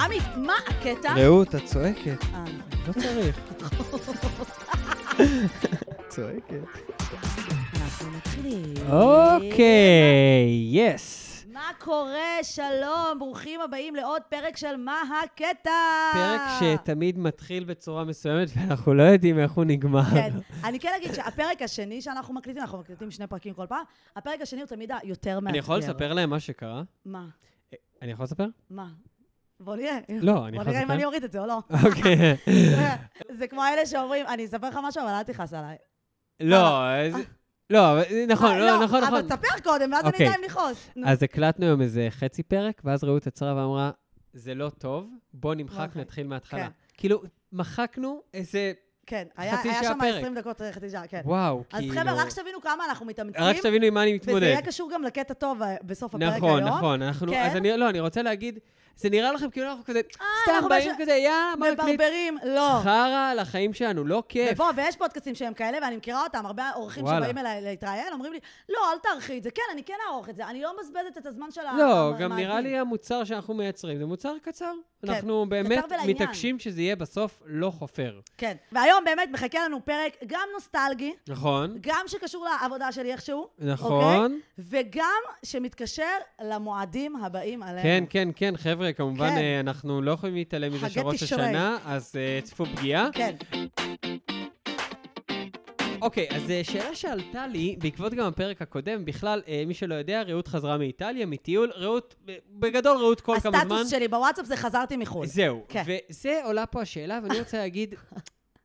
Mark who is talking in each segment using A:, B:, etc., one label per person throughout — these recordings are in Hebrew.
A: עמי, מה הקטע?
B: רעות, את צועקת.
A: אה, נכון.
B: לא צריך. צועקת.
A: אנחנו מתחילים.
B: אוקיי, יס.
A: מה קורה? שלום, ברוכים הבאים לעוד פרק של מה הקטע?
B: פרק שתמיד מתחיל בצורה מסוימת, ואנחנו לא יודעים איך הוא נגמר.
A: כן, אני כן אגיד שהפרק השני שאנחנו מקליטים, אנחנו מקליטים שני פרקים כל פעם, הפרק השני הוא תמיד היותר מאתגר.
B: אני יכול לספר להם מה שקרה?
A: מה?
B: אני יכול לספר?
A: מה? בוא נראה.
B: לא, אני
A: בוא
B: יכול
A: נראה אם
B: לספר.
A: אני אוריד את זה או לא.
B: אוקיי.
A: זה כמו אלה שאומרים, אני אספר לך משהו, אבל אל תכעס עליי.
B: לא, אז- לא, אבל- נכון, לא, נכון,
A: אה. אבל
B: נכון.
A: תספר קודם, ואז אני
B: אוקיי.
A: אדע אם לכעוס. נו.
B: אז הקלטנו היום איזה חצי פרק, ואז רעות עצרה ואמרה, זה לא טוב, בוא נמחק,
A: אוקיי.
B: נתחיל מההתחלה.
A: כן.
B: כאילו, מחקנו איזה,
A: כן, היה
B: חצי
A: היה
B: שעה
A: שם
B: פרק.
A: 20 דקות, אה, חצי שעה, כן.
B: וואו,
A: אז
B: כאילו...
A: חבר'ה, רק שתבינו כמה אנחנו מתאמצים.
B: רק שתבינו עם מה אני מתמודד.
A: וזה יהיה קשור גם לקטע טוב אה, בסוף הפרק היום.
B: נכון, נכון, אנחנו...
A: כן.
B: אז אני, לא, אני רוצה להגיד, זה נראה לכם כאילו אנחנו כזה, סתם
A: אה, אנחנו
B: באים
A: ממש
B: כזה, יאללה, בוא נקליט.
A: מברברים, לא.
B: חרא על החיים שלנו, לא כיף.
A: ובוא, ויש פודקאסטים שהם כאלה, ואני מכירה אותם, הרבה אורחים
B: וואלה.
A: שבאים אליי להתראיין, אומרים לי, לא, אל תערכי את זה. כן, אני כן אערוך את זה, אני לא מבזבזת את הזמן של ה...
B: לא,
A: המ-
B: גם נראה
A: המאזין."
B: לי המוצר שאנחנו מייצרים זה מוצר קצר.
A: כן,
B: אנחנו באמת
A: ולעניין.
B: מתעקשים שזה יהיה בסוף לא חופר.
A: כן. והיום באמת מחכה לנו פרק גם נוסטלגי,
B: נכון,
A: גם שקשור לעבודה שלי איכשהו,
B: נכון.
A: וגם שמתקשר למועדים הבאים עלינו.
B: כן, כן, כן, חבר'ה, כמובן
A: כן.
B: אה, אנחנו לא יכולים להתעלם מזה
A: חגי
B: שראש
A: תשרי.
B: השנה, אז אה, צפו פגיעה.
A: כן.
B: אוקיי, אז אה, שאלה שעלתה לי, בעקבות גם הפרק הקודם, בכלל, אה, מי שלא יודע, רעות חזרה מאיטליה, מטיול, רעות, ב- בגדול רעות כל כמה זמן.
A: הסטטוס שלי בוואטסאפ זה חזרתי מחו"ל.
B: זהו.
A: כן.
B: וזה עולה פה השאלה, ואני רוצה להגיד,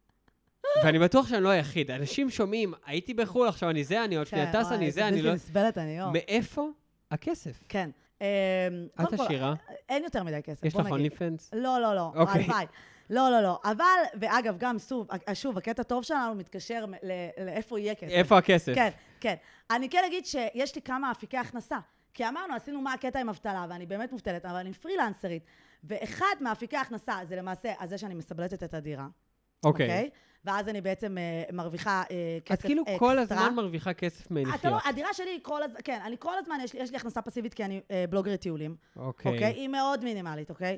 B: ואני בטוח שאני לא היחיד, אנשים שומעים, הייתי בחו"ל, עכשיו אני זה, אני עוד שנייה
A: כן,
B: טס,
A: וואי,
B: אני זה, אני
A: בלתי
B: לא...
A: נסבלת, אני לא...
B: מאיפה הכסף?
A: כן. אמ,
B: את
A: קודם כל,
B: עשירה?
A: אין יותר מדי כסף,
B: יש
A: בוא
B: לך
A: נגיד.
B: אונלי פנס?
A: לא, לא, לא.
B: אוקיי.
A: הלוואי. לא, לא, לא. אבל, ואגב, גם שוב, שוב, הקטע טוב שלנו מתקשר מ- ל- לאיפה יהיה כסף.
B: איפה הכסף?
A: כן, כן. אני כן אגיד שיש לי כמה אפיקי הכנסה. כי אמרנו, עשינו מה הקטע עם אבטלה, ואני באמת מובטלת, אבל אני פרילנסרית. ואחד מאפיקי ההכנסה זה למעשה הזה שאני מסבלטת את הדירה,
B: אוקיי.
A: ואז אני בעצם אה, מרוויחה אה, כסף
B: את
A: אקסטרה.
B: כאילו כל הזמן מרוויחה כסף
A: אתה לא,
B: מנפילה.
A: הדירה שלי כל הזמן, כן, אני כל הזמן, יש לי, יש לי הכנסה פסיבית כי אני אה, בלוגרית טיולים, אוקיי? Okay.
B: אוקיי.
A: היא מאוד מינימלית, אוקיי?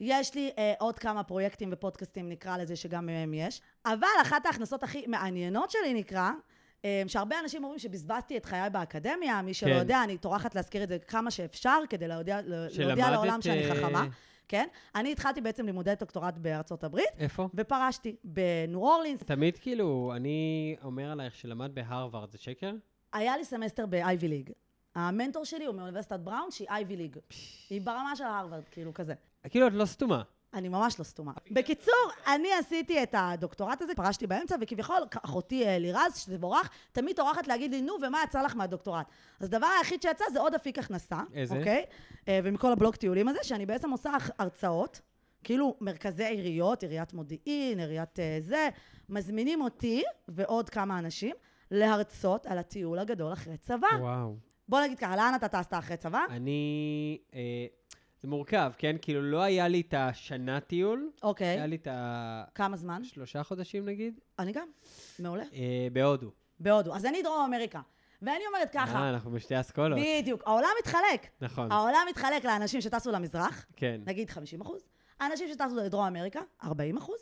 A: יש לי אה, עוד כמה פרויקטים ופודקאסטים, נקרא לזה, שגם מהם יש. אבל אחת ההכנסות הכי מעניינות שלי, נקרא, אה, שהרבה אנשים אומרים שבזבזתי את חיי באקדמיה, מי שלא
B: כן.
A: יודע, אני טורחת להזכיר את זה כמה שאפשר, כדי להודיע, להודיע
B: שלמדת,
A: לעולם שאני
B: אה,
A: חכמה, כן? אני התחלתי בעצם לימודי דוקטורט בארצות הברית,
B: איפה?
A: ופרשתי בניו אורלינס.
B: תמיד כאילו, אני אומר עלייך שלמד בהרווארד, זה שקר?
A: היה לי סמסטר באייבי ליג. המנטור שלי הוא מאוניברסיטת בראון, שהיא אייבי ליג. היא ברמה של הרווארד, כאילו כזה.
B: כאילו, את לא סתומה.
A: אני ממש לא סתומה. בקיצור, אני עשיתי את הדוקטורט הזה, פרשתי באמצע, וכביכול, אחותי אה, לירז, שזה בורח, תמיד טורחת להגיד לי, נו, ומה יצא לך מהדוקטורט? אז הדבר היחיד שיצא זה עוד אפיק הכנסה.
B: איזה?
A: אוקיי? אה, ומכל הבלוג טיולים הזה, שאני בעצם עושה הח- הרצאות, כאילו מרכזי עיריות, עיריית מודיעין, עיריית אה, זה, מזמינים אותי ועוד כמה אנשים להרצות על הטיול הגדול אחרי צבא.
B: וואו.
A: בוא נגיד ככה, לאן אתה טסת אחרי צבא?
B: אני... אה, זה מורכב, כן? כאילו, לא היה לי את השנה טיול, היה
A: אוקיי.
B: לי את השלושה
A: כמה זמן?
B: חודשים נגיד,
A: אני גם. מעולה.
B: אה, בהודו.
A: בהודו. אז אני דרום אמריקה. ואני אומרת
B: אה, לא.
A: ככה,
B: אנחנו בשתי אסכולות.
A: בדיוק, העולם מתחלק.
B: נכון,
A: העולם מתחלק לאנשים שטסו למזרח,
B: כן.
A: נגיד 50 אחוז, אנשים שטסו לדרום אמריקה, 40 אחוז,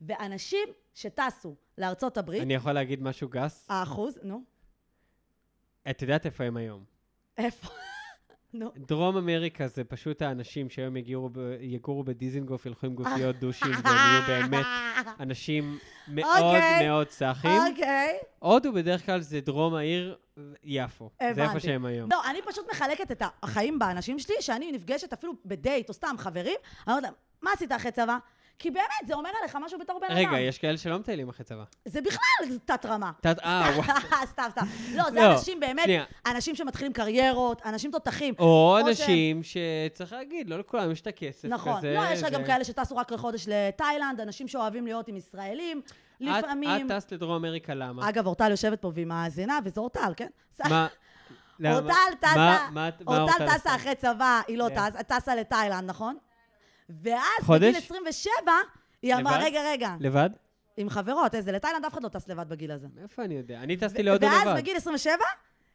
A: ואנשים שטסו לארצות הברית,
B: אני יכול להגיד משהו גס?
A: האחוז, נו,
B: את יודעת איפה הם היום.
A: איפה? נו.
B: דרום אמריקה זה פשוט האנשים שהיום יגורו ב- יגורו בדיזנגוף, ילכו עם
A: אה.
B: גופיות דושים, והם יהיו באמת אנשים מאוד
A: אוקיי.
B: מאוד סאחים.
A: אוקיי.
B: הודו בדרך כלל זה דרום העיר יפו. זה איפה
A: הבנתי.
B: שהם היום.
A: לא, אני פשוט מחלקת את החיים באנשים שלי, שאני נפגשת אפילו בדייט או סתם חברים, אני אומרת להם, מה עשית אחרי צבא? כי באמת, זה אומר עליך משהו בתור בן אדם.
B: רגע, יש כאלה שלא מטיילים אחרי צבא.
A: זה בכלל תת-רמה.
B: תת- אה, וואו.
A: סתם, סתם. לא,
B: לא,
A: זה אנשים באמת,
B: שנייה.
A: אנשים שמתחילים קריירות, אנשים תותחים.
B: או
A: שהם-
B: אנשים שצריך להגיד, לא לכולם יש את הכסף
A: נכון.
B: כזה.
A: לא, יש לך
B: זה-
A: גם כאלה שטסו רק לחודש לתאילנד, אנשים שאוהבים להיות עם ישראלים,
B: את-
A: לפעמים.
B: את טסת לדרום אמריקה, למה?
A: אגב, אורטל יושבת פה והיא מאזינה, וזו אורטל, כן?
B: מה? למה?
A: אורטל
B: מה-
A: טסה,
B: מה את- מה
A: אורטל
B: עשתה?
A: טסה אחרי צבא, היא לא
B: כן.
A: טסה, טסה לתאילנד, נכון? ואז,
B: חודש?
A: בגיל 27, היא אמרה,
B: לבד?
A: רגע, רגע,
B: לבד?
A: עם חברות, איזה, לתאילנד אף אחד לא טס לבד בגיל הזה.
B: מאיפה אני יודע? אני טסתי להודו
A: ואז
B: לבד.
A: בגיל 27,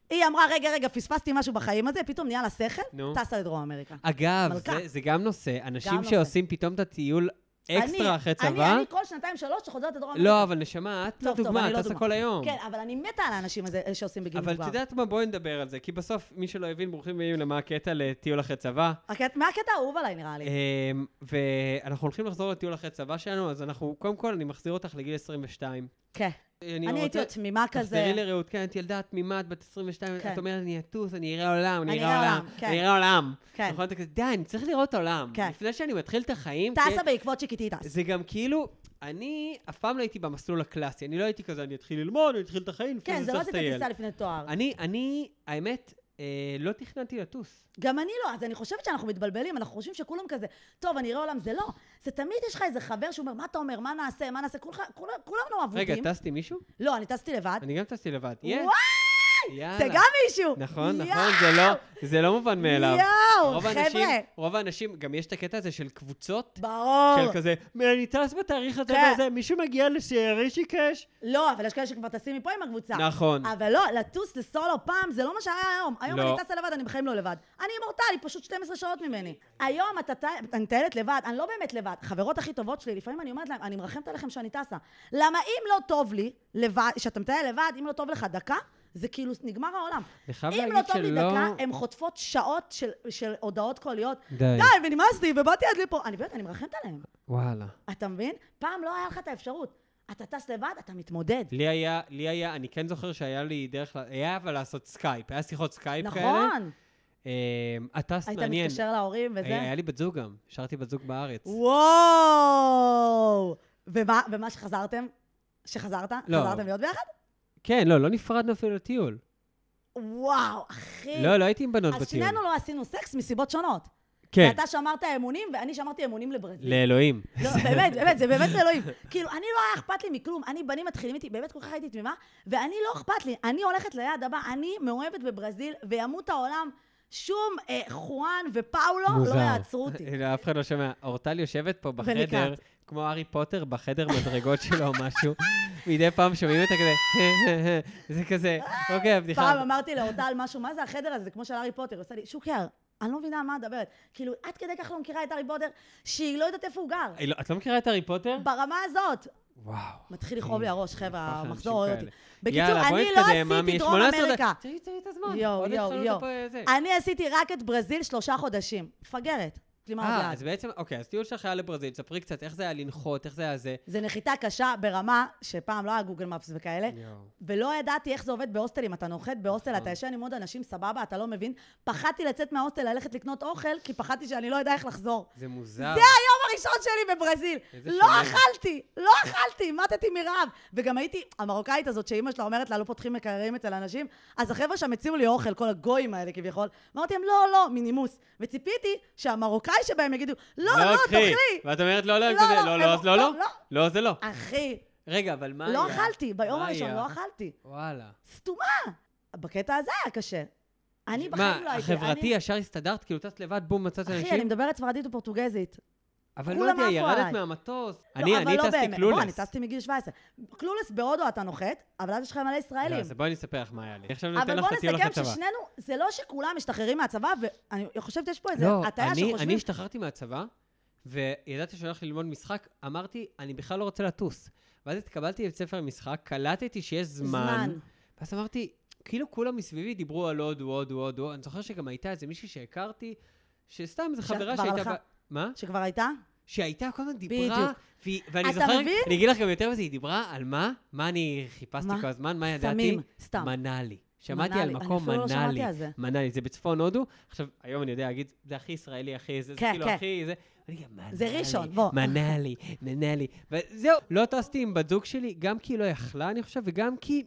A: היא אמרה, רגע, רגע, פספסתי משהו בחיים הזה, פתאום נהיה לה שכל,
B: נו.
A: טסה לדרום אמריקה.
B: אגב,
A: מלכה.
B: זה, זה גם נושא. אנשים
A: נושא.
B: שעושים פתאום את הטיול אקסטרה
A: אני-
B: אחרי
A: אני,
B: צבא,
A: אני כל שנתיים, שלוש, חוזרת לדרום אמריקה.
B: לא, אבל נשמה, את לא
A: טוב, טוב,
B: דוגמה,
A: אני
B: את
A: לא
B: עושה
A: דוגמה.
B: כל היום.
A: כן, אבל אני מתה על האנשים הזה אה, שעושים בגיל
B: אבל
A: מבוגר.
B: את יודעת מה? בואי נדבר על זה, כי בסוף, מי שלא הבין, ברוכים הבאים למה הקטע לטיול אחרי צבא.
A: הקט- מה הקטע האהוב עליי, נראה לי?
B: אמ, ואנחנו הולכים לחזור לטיול אחרי צבא שלנו, אז אנחנו, קודם כל, אני מחזיר אותך לגיל 22.
A: כן. אני הייתי עוד תמימה כזה.
B: תחזרי לרעות, כן, את ילדה תמימה, את בת 22,
A: כן.
B: את אומרת, אני אטוס, אני אראה עולם, אני
A: אני
B: אראה
A: אראה
B: עולם,
A: עולם, כן.
B: אני אראה עולם.
A: כן.
B: נכון? אתה כזה, די, אני צריך לראות עולם.
A: כן.
B: לפני שאני מתחיל את החיים, כי-
A: טסה בעקבות שקיטי טס.
B: זה גם כאילו, אני אף פעם לא הייתי במסלול הקלאסי, אני לא הייתי כזה, אני אתחיל ללמוד, אני אתחיל את החיים, לפני
A: כן,
B: זה
A: זה לא
B: צריך
A: זה
B: לטייל.
A: טיסה לפני תואר.
B: אני, אני, האמת, אה, לא תכננתי לטוס.
A: גם אני לא, אז אני חושבת שאנחנו מתבלבלים, אנחנו חושבים שכולם כזה, טוב, אני אראה עולם, זה לא. זה תמיד יש לך איזה חבר שאומר, מה אתה אומר, מה נעשה, מה נעשה, כולך- כולם כולנו
B: רגע,
A: אבודים.
B: טסתי מישהו?
A: לא, אני טסתי לבד.
B: אני גם טסתי לבד. יס,
A: וואי,
B: יאללה.
A: זה גם מישהו.
B: נכון,
A: יואו,
B: נכון, זה לא, זה לא מובן מאליו.
A: יואו,
B: רוב האנשים,
A: חבר'ה,
B: רוב האנשים, גם יש את הקטע הזה של קבוצות,
A: ברור.
B: של כזה, אני טס בתאריך הזה
A: כן.
B: וזה, מישהו מגיע לשרשיקש?
A: לא, אבל יש כאלה שכבר טסים מפה עם הקבוצה.
B: נכון.
A: אבל לא, לטוס לסולו פעם, זה לא מה שהיה היום. היום
B: לא.
A: אני טסה לבד, אני בחיים לא לבד. אני אימורטלי, פשוט 12 שעות ממני. היום אתה ט- אני מטיילת לבד, אני לא באמת לבד. חברות הכי טובות שלי, לפעמים אני אומרת להן, אני מרחמת עליכם שאני טסה. למה אם לא טוב לי, לבד, שאתה מטייל לבד, אם לא טוב לך דקה, זה כאילו נגמר העולם.
B: אני חייב
A: אם
B: להגיד
A: לא טוב לי
B: שלא-
A: דקה, הן חוטפות שעות של, של הודעות קוליות.
B: די.
A: די, ונמאס לי, ובאתי עד לפה. אני באמת, אני מרחמת עליהן.
B: וואלה.
A: אתה מבין? פעם לא היה לך את האפשרות. אתה טס לבד, אתה מתמודד.
B: לי היה, לי היה, אני כן זוכר שהיה לי דרך, ל- היה אבל לעשות סקייפ, היה שיחות סקייפ כאלה.
A: נכון.
B: אמ, הטסת
A: היית
B: מעניין.
A: מתקשר להורים
B: היה
A: וזה?
B: היה לי בת זוג גם, שרתי בת זוג בארץ.
A: וואו! ומה, ומה שחזרתם? שחזרת?
B: לא.
A: חזרתם להיות ביחד?
B: כן, לא, לא נפרדנו אפילו לטיול.
A: וואו, אחי.
B: לא, לא הייתי עם בנות
A: אה, אז
B: בטיול.
A: שנינו לא עשינו סקס מסיבות שונות.
B: כן,
A: אתה שמרת אמונים ואני שמרתי אמונים לברזיל.
B: לאלוהים.
A: לא, באמת, באמת, זה באמת אלוהים. כאילו, אני לא היה אכפת לי מכלום. אני, בנים מתחילים איתי, באמת כל כך הייתי תמימה, ואני לא אכפת לי. אני הולכת ליעד הבא, אני מאוהבת בברזיל, וימות העולם. שום אה, חואן ופאולו
B: מוזר.
A: לא יעצרו אותי.
B: לא, אף אחד לא שומע. אורטל יושבת פה בחדר,
A: ונקרעת.
B: כמו הארי פוטר בחדר מדרגות שלו או משהו. מדי פעם שומעים אותה כזה, זה כזה, אוקיי, הבדיחה.
A: פעם אמרתי לאורטל משהו, מה זה החדר הזה? זה כמו של הארי פוטר. היא עושה לי, שוקר, אני לא מבינה מה את מדברת. כאילו, עד כדי כך לא מכירה את הארי פוטר, שהיא לא יודעת איפה הוא גר.
B: אה, לא, את לא מכירה את הארי פוטר?
A: ברמה הזאת.
B: וואו.
A: מתחיל לכאוב לי הראש, חבר'ה,
B: ככה אנשים
A: המחזור רואה אותי.
B: כאלה.
A: אה, בקיצור,
B: יאללה, בואי
A: אני לא
B: נתקדם, מאמי,
A: עשיתי דרום
B: 18
A: אמריקה.
B: דקות. תראי, תראי את הזמן.
A: יואו,
B: עוד
A: יואו,
B: התחלנו את
A: יואו.
B: הפ- אה, זה.
A: אני עשיתי רק את ברזיל שלושה חודשים. מפגרת. כלומר,
B: אה,
A: עוד
B: אז
A: יד.
B: בעצם, אוקיי, אז טיול שלך היה לברזיל, ספרי קצת איך זה היה לנחות, איך זה היה זה.
A: זה נחיתה קשה ברמה שפעם לא היה גוגל מפס וכאלה.
B: יואו.
A: ולא ידעתי איך זה עובד בהוסטלים. אתה נוחת בהוסטל,
B: נכון.
A: אתה ישן עם עוד אנשים, סבבה, אתה לא מבין. פחדתי לצאת מההוסטל, ללכת לקנות אוכל, כי פחדתי שאני לא אדע איך לחזור.
B: זה מוזר.
A: זה היום הראשון שלי בברזיל.
B: איזה
A: לא
B: שלם.
A: אכלתי, לא אכלתי, מתתי מרעב. וגם הייתי, המרוקאית הזאת, שאימא שלה אומרת לה, לא פותחים מקררים אצל אנשים, אז החבר'ה שם הציעו לי אוכל, כל הגויים האלה כביכול. אמרתי להם, לא, לא, מנימוס. וציפיתי שהמרוקאי שבהם יגידו, לא, לא,
B: קחי.
A: תאכלי.
B: ואת אומרת, לא, לא,
A: לא,
B: כזה,
A: לא,
B: לא,
A: הם-
B: לא, אז לא, לא.
A: לא,
B: לא, זה לא.
A: אחי,
B: רגע, אבל מה
A: לא
B: היה?
A: אכלתי, ביום
B: מה
A: הראשון
B: היה?
A: לא אכלתי.
B: וואלה.
A: סתומה. בקטע הזה היה קשה. אני בחיים לא
B: מה,
A: הייתי.
B: החברתי
A: אני-
B: ישר הסתדרת? כאילו טסת לבד, בום, מצאת
A: אחי, אני
B: אנשים?
A: מדברת ספרדית ופורטוגזית.
B: אבל לא
A: כולם
B: יודע,
A: עפו
B: ירדת
A: עליי.
B: מהמטוס.
A: לא,
B: אני,
A: אבל
B: אני
A: לא
B: טסתי
A: באמת. בוא, אני
B: קלולס.
A: טסתי מגיל 17. קלולס בהודו אתה נוחת, אבל אז יש לך מלא
B: לא,
A: ישראלים.
B: אז בואי אני אספר לך מה היה לי. עכשיו אני נותן
A: אבל
B: לך
A: בוא
B: את הטיול
A: נסכם
B: אחרי צבא.
A: ששנינו, זה לא שכולם משתחררים מהצבא, ואני חושבת שיש פה איזה
B: לא,
A: הטעיה
B: אני- אני
A: שחושבים...
B: השתחררתי מהצבא, וידעתי שאני הולך ללמוד משחק, אמרתי, אני בכלל לא רוצה לטוס. ואז התקבלתי לבית ספר למשחק, קלטתי שיש זמן, ואז אמרתי, כאילו כולם מסביבי דיברו על הודו, הודו, הודו. אני זוכר שגם הייתה איזה מישהי שהכרתי, שסתם איזו
A: שאת
B: חברה
A: כבר
B: שהייתה...
A: הלכה.
B: ב- מה?
A: שכבר הייתה?
B: שהייתה כל הזמן דיברה,
A: בדיוק.
B: והיא- ואני
A: אתה
B: זוכר,
A: מבין?
B: אני אגיד לך גם יותר מזה, היא דיברה על מה? מה אני חיפשתי
A: מה?
B: כל הזמן, מה ידעתי?
A: סמים, סתם.
B: מנאלי. שמעתי
A: מנאלי,
B: על
A: אני
B: מקום
A: אפילו לא שמעתי
B: מנאלי.
A: על זה.
B: מנאלי, זה בצפון הודו. עכשיו, היום אני יודע להגיד, זה הכי ישראלי, הכי זה, זה
A: כן,
B: כאילו
A: כן.
B: הכי זה. אני גם מנאלי.
A: זה ראשון, בוא.
B: מנאלי, מנאלי. וזהו, לא טסתי עם בת זוג שלי, גם כי היא לא יכלה, אני חושב, וגם כי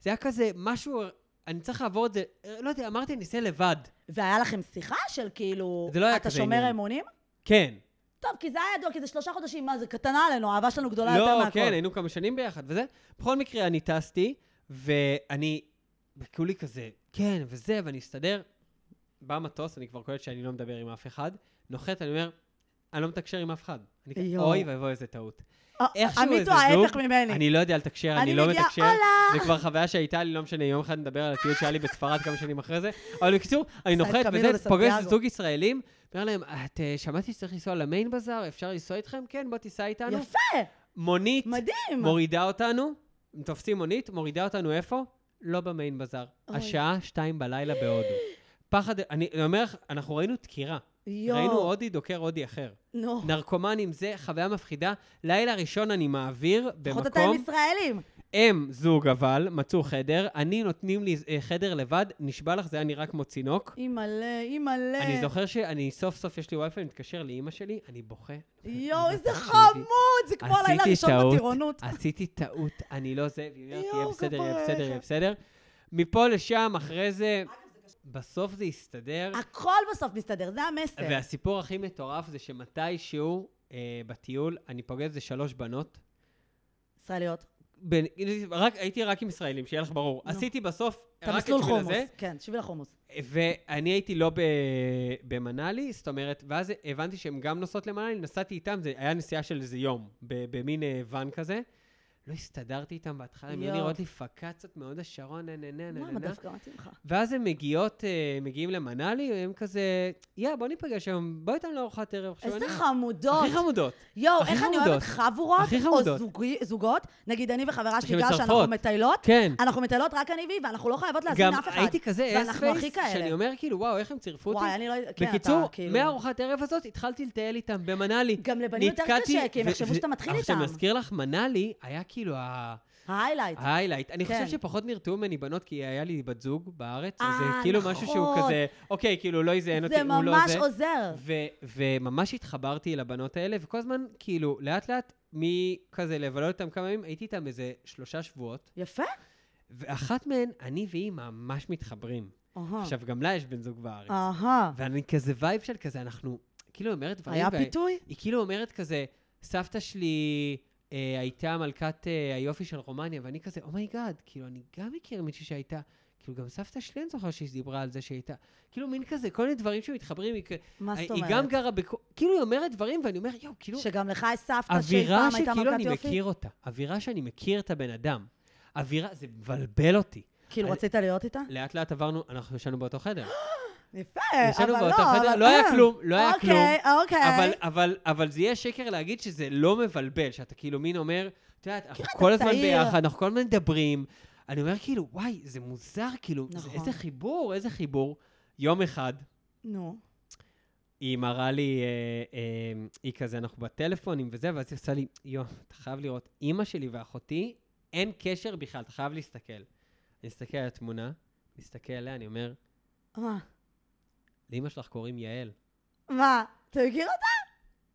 B: זה היה כזה משהו, אני צריך לעבור את זה, לא יודע, אמרתי, אני אעשה לבד.
A: והיה לכם שיחה של כאילו...
B: זה לא היה
A: אתה
B: כזה
A: שומר
B: עניין.
A: אמונים?
B: כן.
A: טוב, כי זה היה ידוע, כי זה שלושה חודשים, מה זה קטנה עלינו, האהבה שלנו גדולה יותר
B: לא,
A: מהכל.
B: כן, היינו כמה שנים ביחד וזה. בכל מקרה, אני טסתי, ואני, וכולי כזה, כן, וזה, ואני אסתדר. בא מטוס, אני כבר קולט שאני לא מדבר עם אף אחד, נוחת, אני אומר, אני לא מתקשר עם אף אחד. אני כ-
A: יואו.
B: אוי ואבוי, איזה טעות.
A: אה,
B: איכשהו
A: עמית
B: איזה
A: הוא ההפך
B: זוג,
A: ממני.
B: אני לא יודע לתקשר,
A: אני
B: אני לא
A: מגיעה,
B: מתקשר.
A: "הולה!"
B: זה כבר חוויה שהייתה לי, לא משנה, יום אחד נדבר על הטיול שהיה לי בספרד כמה שנים אחרי זה. אבל בקיצור, אני
A: סן
B: נוחת
A: קמינו
B: וזה, פוגש
A: לסנטיאגו.
B: זוג ישראלים, אומר להם, את אה, שמעתי שצריך לנסוע למיין בזאר, אפשר לנסוע איתכם? כן, בוא תיסע איתנו.
A: יפה,
B: מונית,
A: מדהים.
B: מורידה אותנו, הם תופסים מונית, מורידה אותנו איפה? לא במיין בזאר.
A: אוי.
B: השעה שתיים בלילה בהודו. פחד, אני אני אומר לך, אנחנו ראינו דקירה.
A: יואו,
B: ראינו הודי דוקר הודי אחר.
A: נו.
B: נרקומנים זה חוויה מפחידה. לילה ראשון אני מעביר
A: לפחות אתה עם
B: במקום,
A: ישראלים.
B: הם זוג אבל, מצאו חדר, אני נותנים לי אה, חדר לבד, נשבע לך זה היה נראה כמו צינוק.
A: אימא'לה, אימא'לה.
B: אני זוכר שאני סוף סוף יש לי ווי-פיי, אני מתקשר לאימא שלי, אני בוכה.
A: יואו, איזה
B: תקשיבי.
A: חמוד, זה כמו הלילה
B: עשיתי
A: הראשון
B: טעות.
A: בטירונות.
B: עשיתי טעות, אני לא זה, והיא אומרת, יהיה
A: יואו,
B: בסדר,
A: כפרה
B: יהיה בסדר,
A: עליך.
B: יהיה בסדר. מפה לשם, אחרי זה, בסוף זה הסתדר.
A: הכל בסוף מסתדר, זה המסר.
B: והסיפור הכי מטורף זה שמתישהו אה, בטיול, אני פוגש איזה שלוש בנות.
A: ישראליות.
B: בין, רק, הייתי רק עם ישראלים, שיהיה לך ברור.
A: נו.
B: עשיתי בסוף
A: אתה
B: רק את
A: מסלול
B: שביל
A: חומוס.
B: הזה,
A: כן, שביל החומוס.
B: ואני הייתי לא ב, במנאלי, זאת אומרת, ואז הבנתי שהן גם נוסעות למנאלי, נסעתי איתן, זה היה נסיעה של איזה יום, ב- במין אה, ואן כזה. לא הסתדרתי איתן בהתחלה, הן היו
A: יואו.
B: נראות לי פקצות מהוד השרון, נה נה נה נה
A: למה
B: נה.
A: דווקא מתאים לך?
B: ואז הם מגיעות, אה, מגיעים למנאלי, הם כזה, יא, בוא ניפגש היום, בוא איתנו לארוחת ערב. עכשיו
A: איזה
B: אני-
A: חמודות.
B: הכי חמודות.
A: יואו,
B: הכי
A: איך אני
B: חמודות.
A: אוהבת חבורות,
B: הכי
A: או
B: חמודות.
A: זוגי- זוגות, נגיד אני וחברה שלי גר
B: שמצרפות.
A: שאנחנו מטיילות,
B: כן.
A: אנחנו מטיילות רק אני והיא, ואנחנו לא חייבות
B: גם
A: להזמין אף אחד.
B: הייתי כזה
A: ואנחנו הכי
B: אספייס,
A: כאלה.
B: שאני אומר כאילו, וואו, איך הם צירפו אותי.
A: וואי, אני לא... כן, אתה
B: בקיצור,
A: כאילו-
B: מהארוחת ערב הזאת התחלתי לטייל איתם במנאלי.
A: גם לבנים יותר
B: נתקעתי,
A: קשה, כי הם
B: ו-
A: יחשבו
B: ו-
A: שאתה מתחיל
B: עכשיו,
A: איתם.
B: מזכיר לך, מנאלי היה כאילו ה-
A: ההיילייט.
B: ההיילייט. אני
A: כן.
B: חושב שפחות נרתעו ממני בנות, כי היה לי בת זוג בארץ,
A: אה,
B: אז זה כאילו משהו שהוא
A: נכון.
B: כזה, אוקיי, כאילו לא יזיין אותי,
A: זה
B: הוא לא
A: ממש
B: זה.
A: עוזר.
B: ו- וממש התחברתי לבנות האלה, וכל הזמן, כאילו, לאט לאט, מכזה לבלות איתם כמה ימים, הייתי איתם איזה שלושה שבועות,
A: יפה.
B: ואחת מהן, אני והיא ממש מתחברים.
A: אהה.
B: עכשיו, גם לה יש בן זוג בארץ.
A: אה. אהה.
B: ואני כזה וייב של כזה, אנחנו, כאילו, היא אומרת דברים...
A: היה
B: וה-
A: פיתוי?
B: היא כאילו אומרת כזה, סבתא שלי אה, הייתה מלכת אה, היופי של רומניה, ואני כזה, אומייגאד, כאילו, אני גם מכיר מישהי שהייתה, כאילו, גם סבתא שלי, אני זוכר שהיא דיברה על זה שהייתה, כאילו, מין כזה, כל מיני דברים שמתחברים, היא, כ-
A: מה זאת
B: אה, היא גם
A: אומרת?
B: גרה בכ... כאילו, היא אומרת דברים, ואני אומר, יואו, כאילו,
A: שגם לך יש סבתא שהיא
B: אווירה
A: פעם הייתה
B: שכאילו
A: מלכת
B: אני
A: יופי?
B: מכיר אותה, אווירה שאני מכיר את הבן אדם, אווירה, זה מבלבל אותי.
A: כאילו,
B: אני-
A: רצית להיות איתה?
B: לאט לאט עברנו, אנחנו ישנו באותו חדר.
A: יפה, אבל
B: ישנו
A: לא,
B: באותו חדר,
A: אבל-
B: לא היה
A: אה.
B: כלום, לא היה כלום.
A: אוקיי,
B: אבל,
A: אוקיי.
B: אבל, אבל זה יהיה שקר להגיד שזה לא מבלבל, שאתה כאילו מין אומר, את יודעת, אנחנו
A: כן, אתה
B: כל הזמן
A: צעיר."
B: ביחד, אנחנו כל הזמן מדברים. אני אומר כאילו, וואי, זה מוזר, כאילו, זה-
A: נכון.
B: איזה חיבור, איזה חיבור. יום אחד,
A: נו,
B: היא מראה לי, אה, אה, היא כזה, אנחנו בטלפונים וזה, ואז היא עושה לי, יואו, אתה חייב לראות, אימא שלי ואחותי, אין קשר בכלל, אתה חייב להסתכל. אני מסתכל על התמונה, מסתכל עליה, אני אומר,
A: מה?
B: לאימא שלך קוראים יעל.
A: מה? אתה מכיר אותה?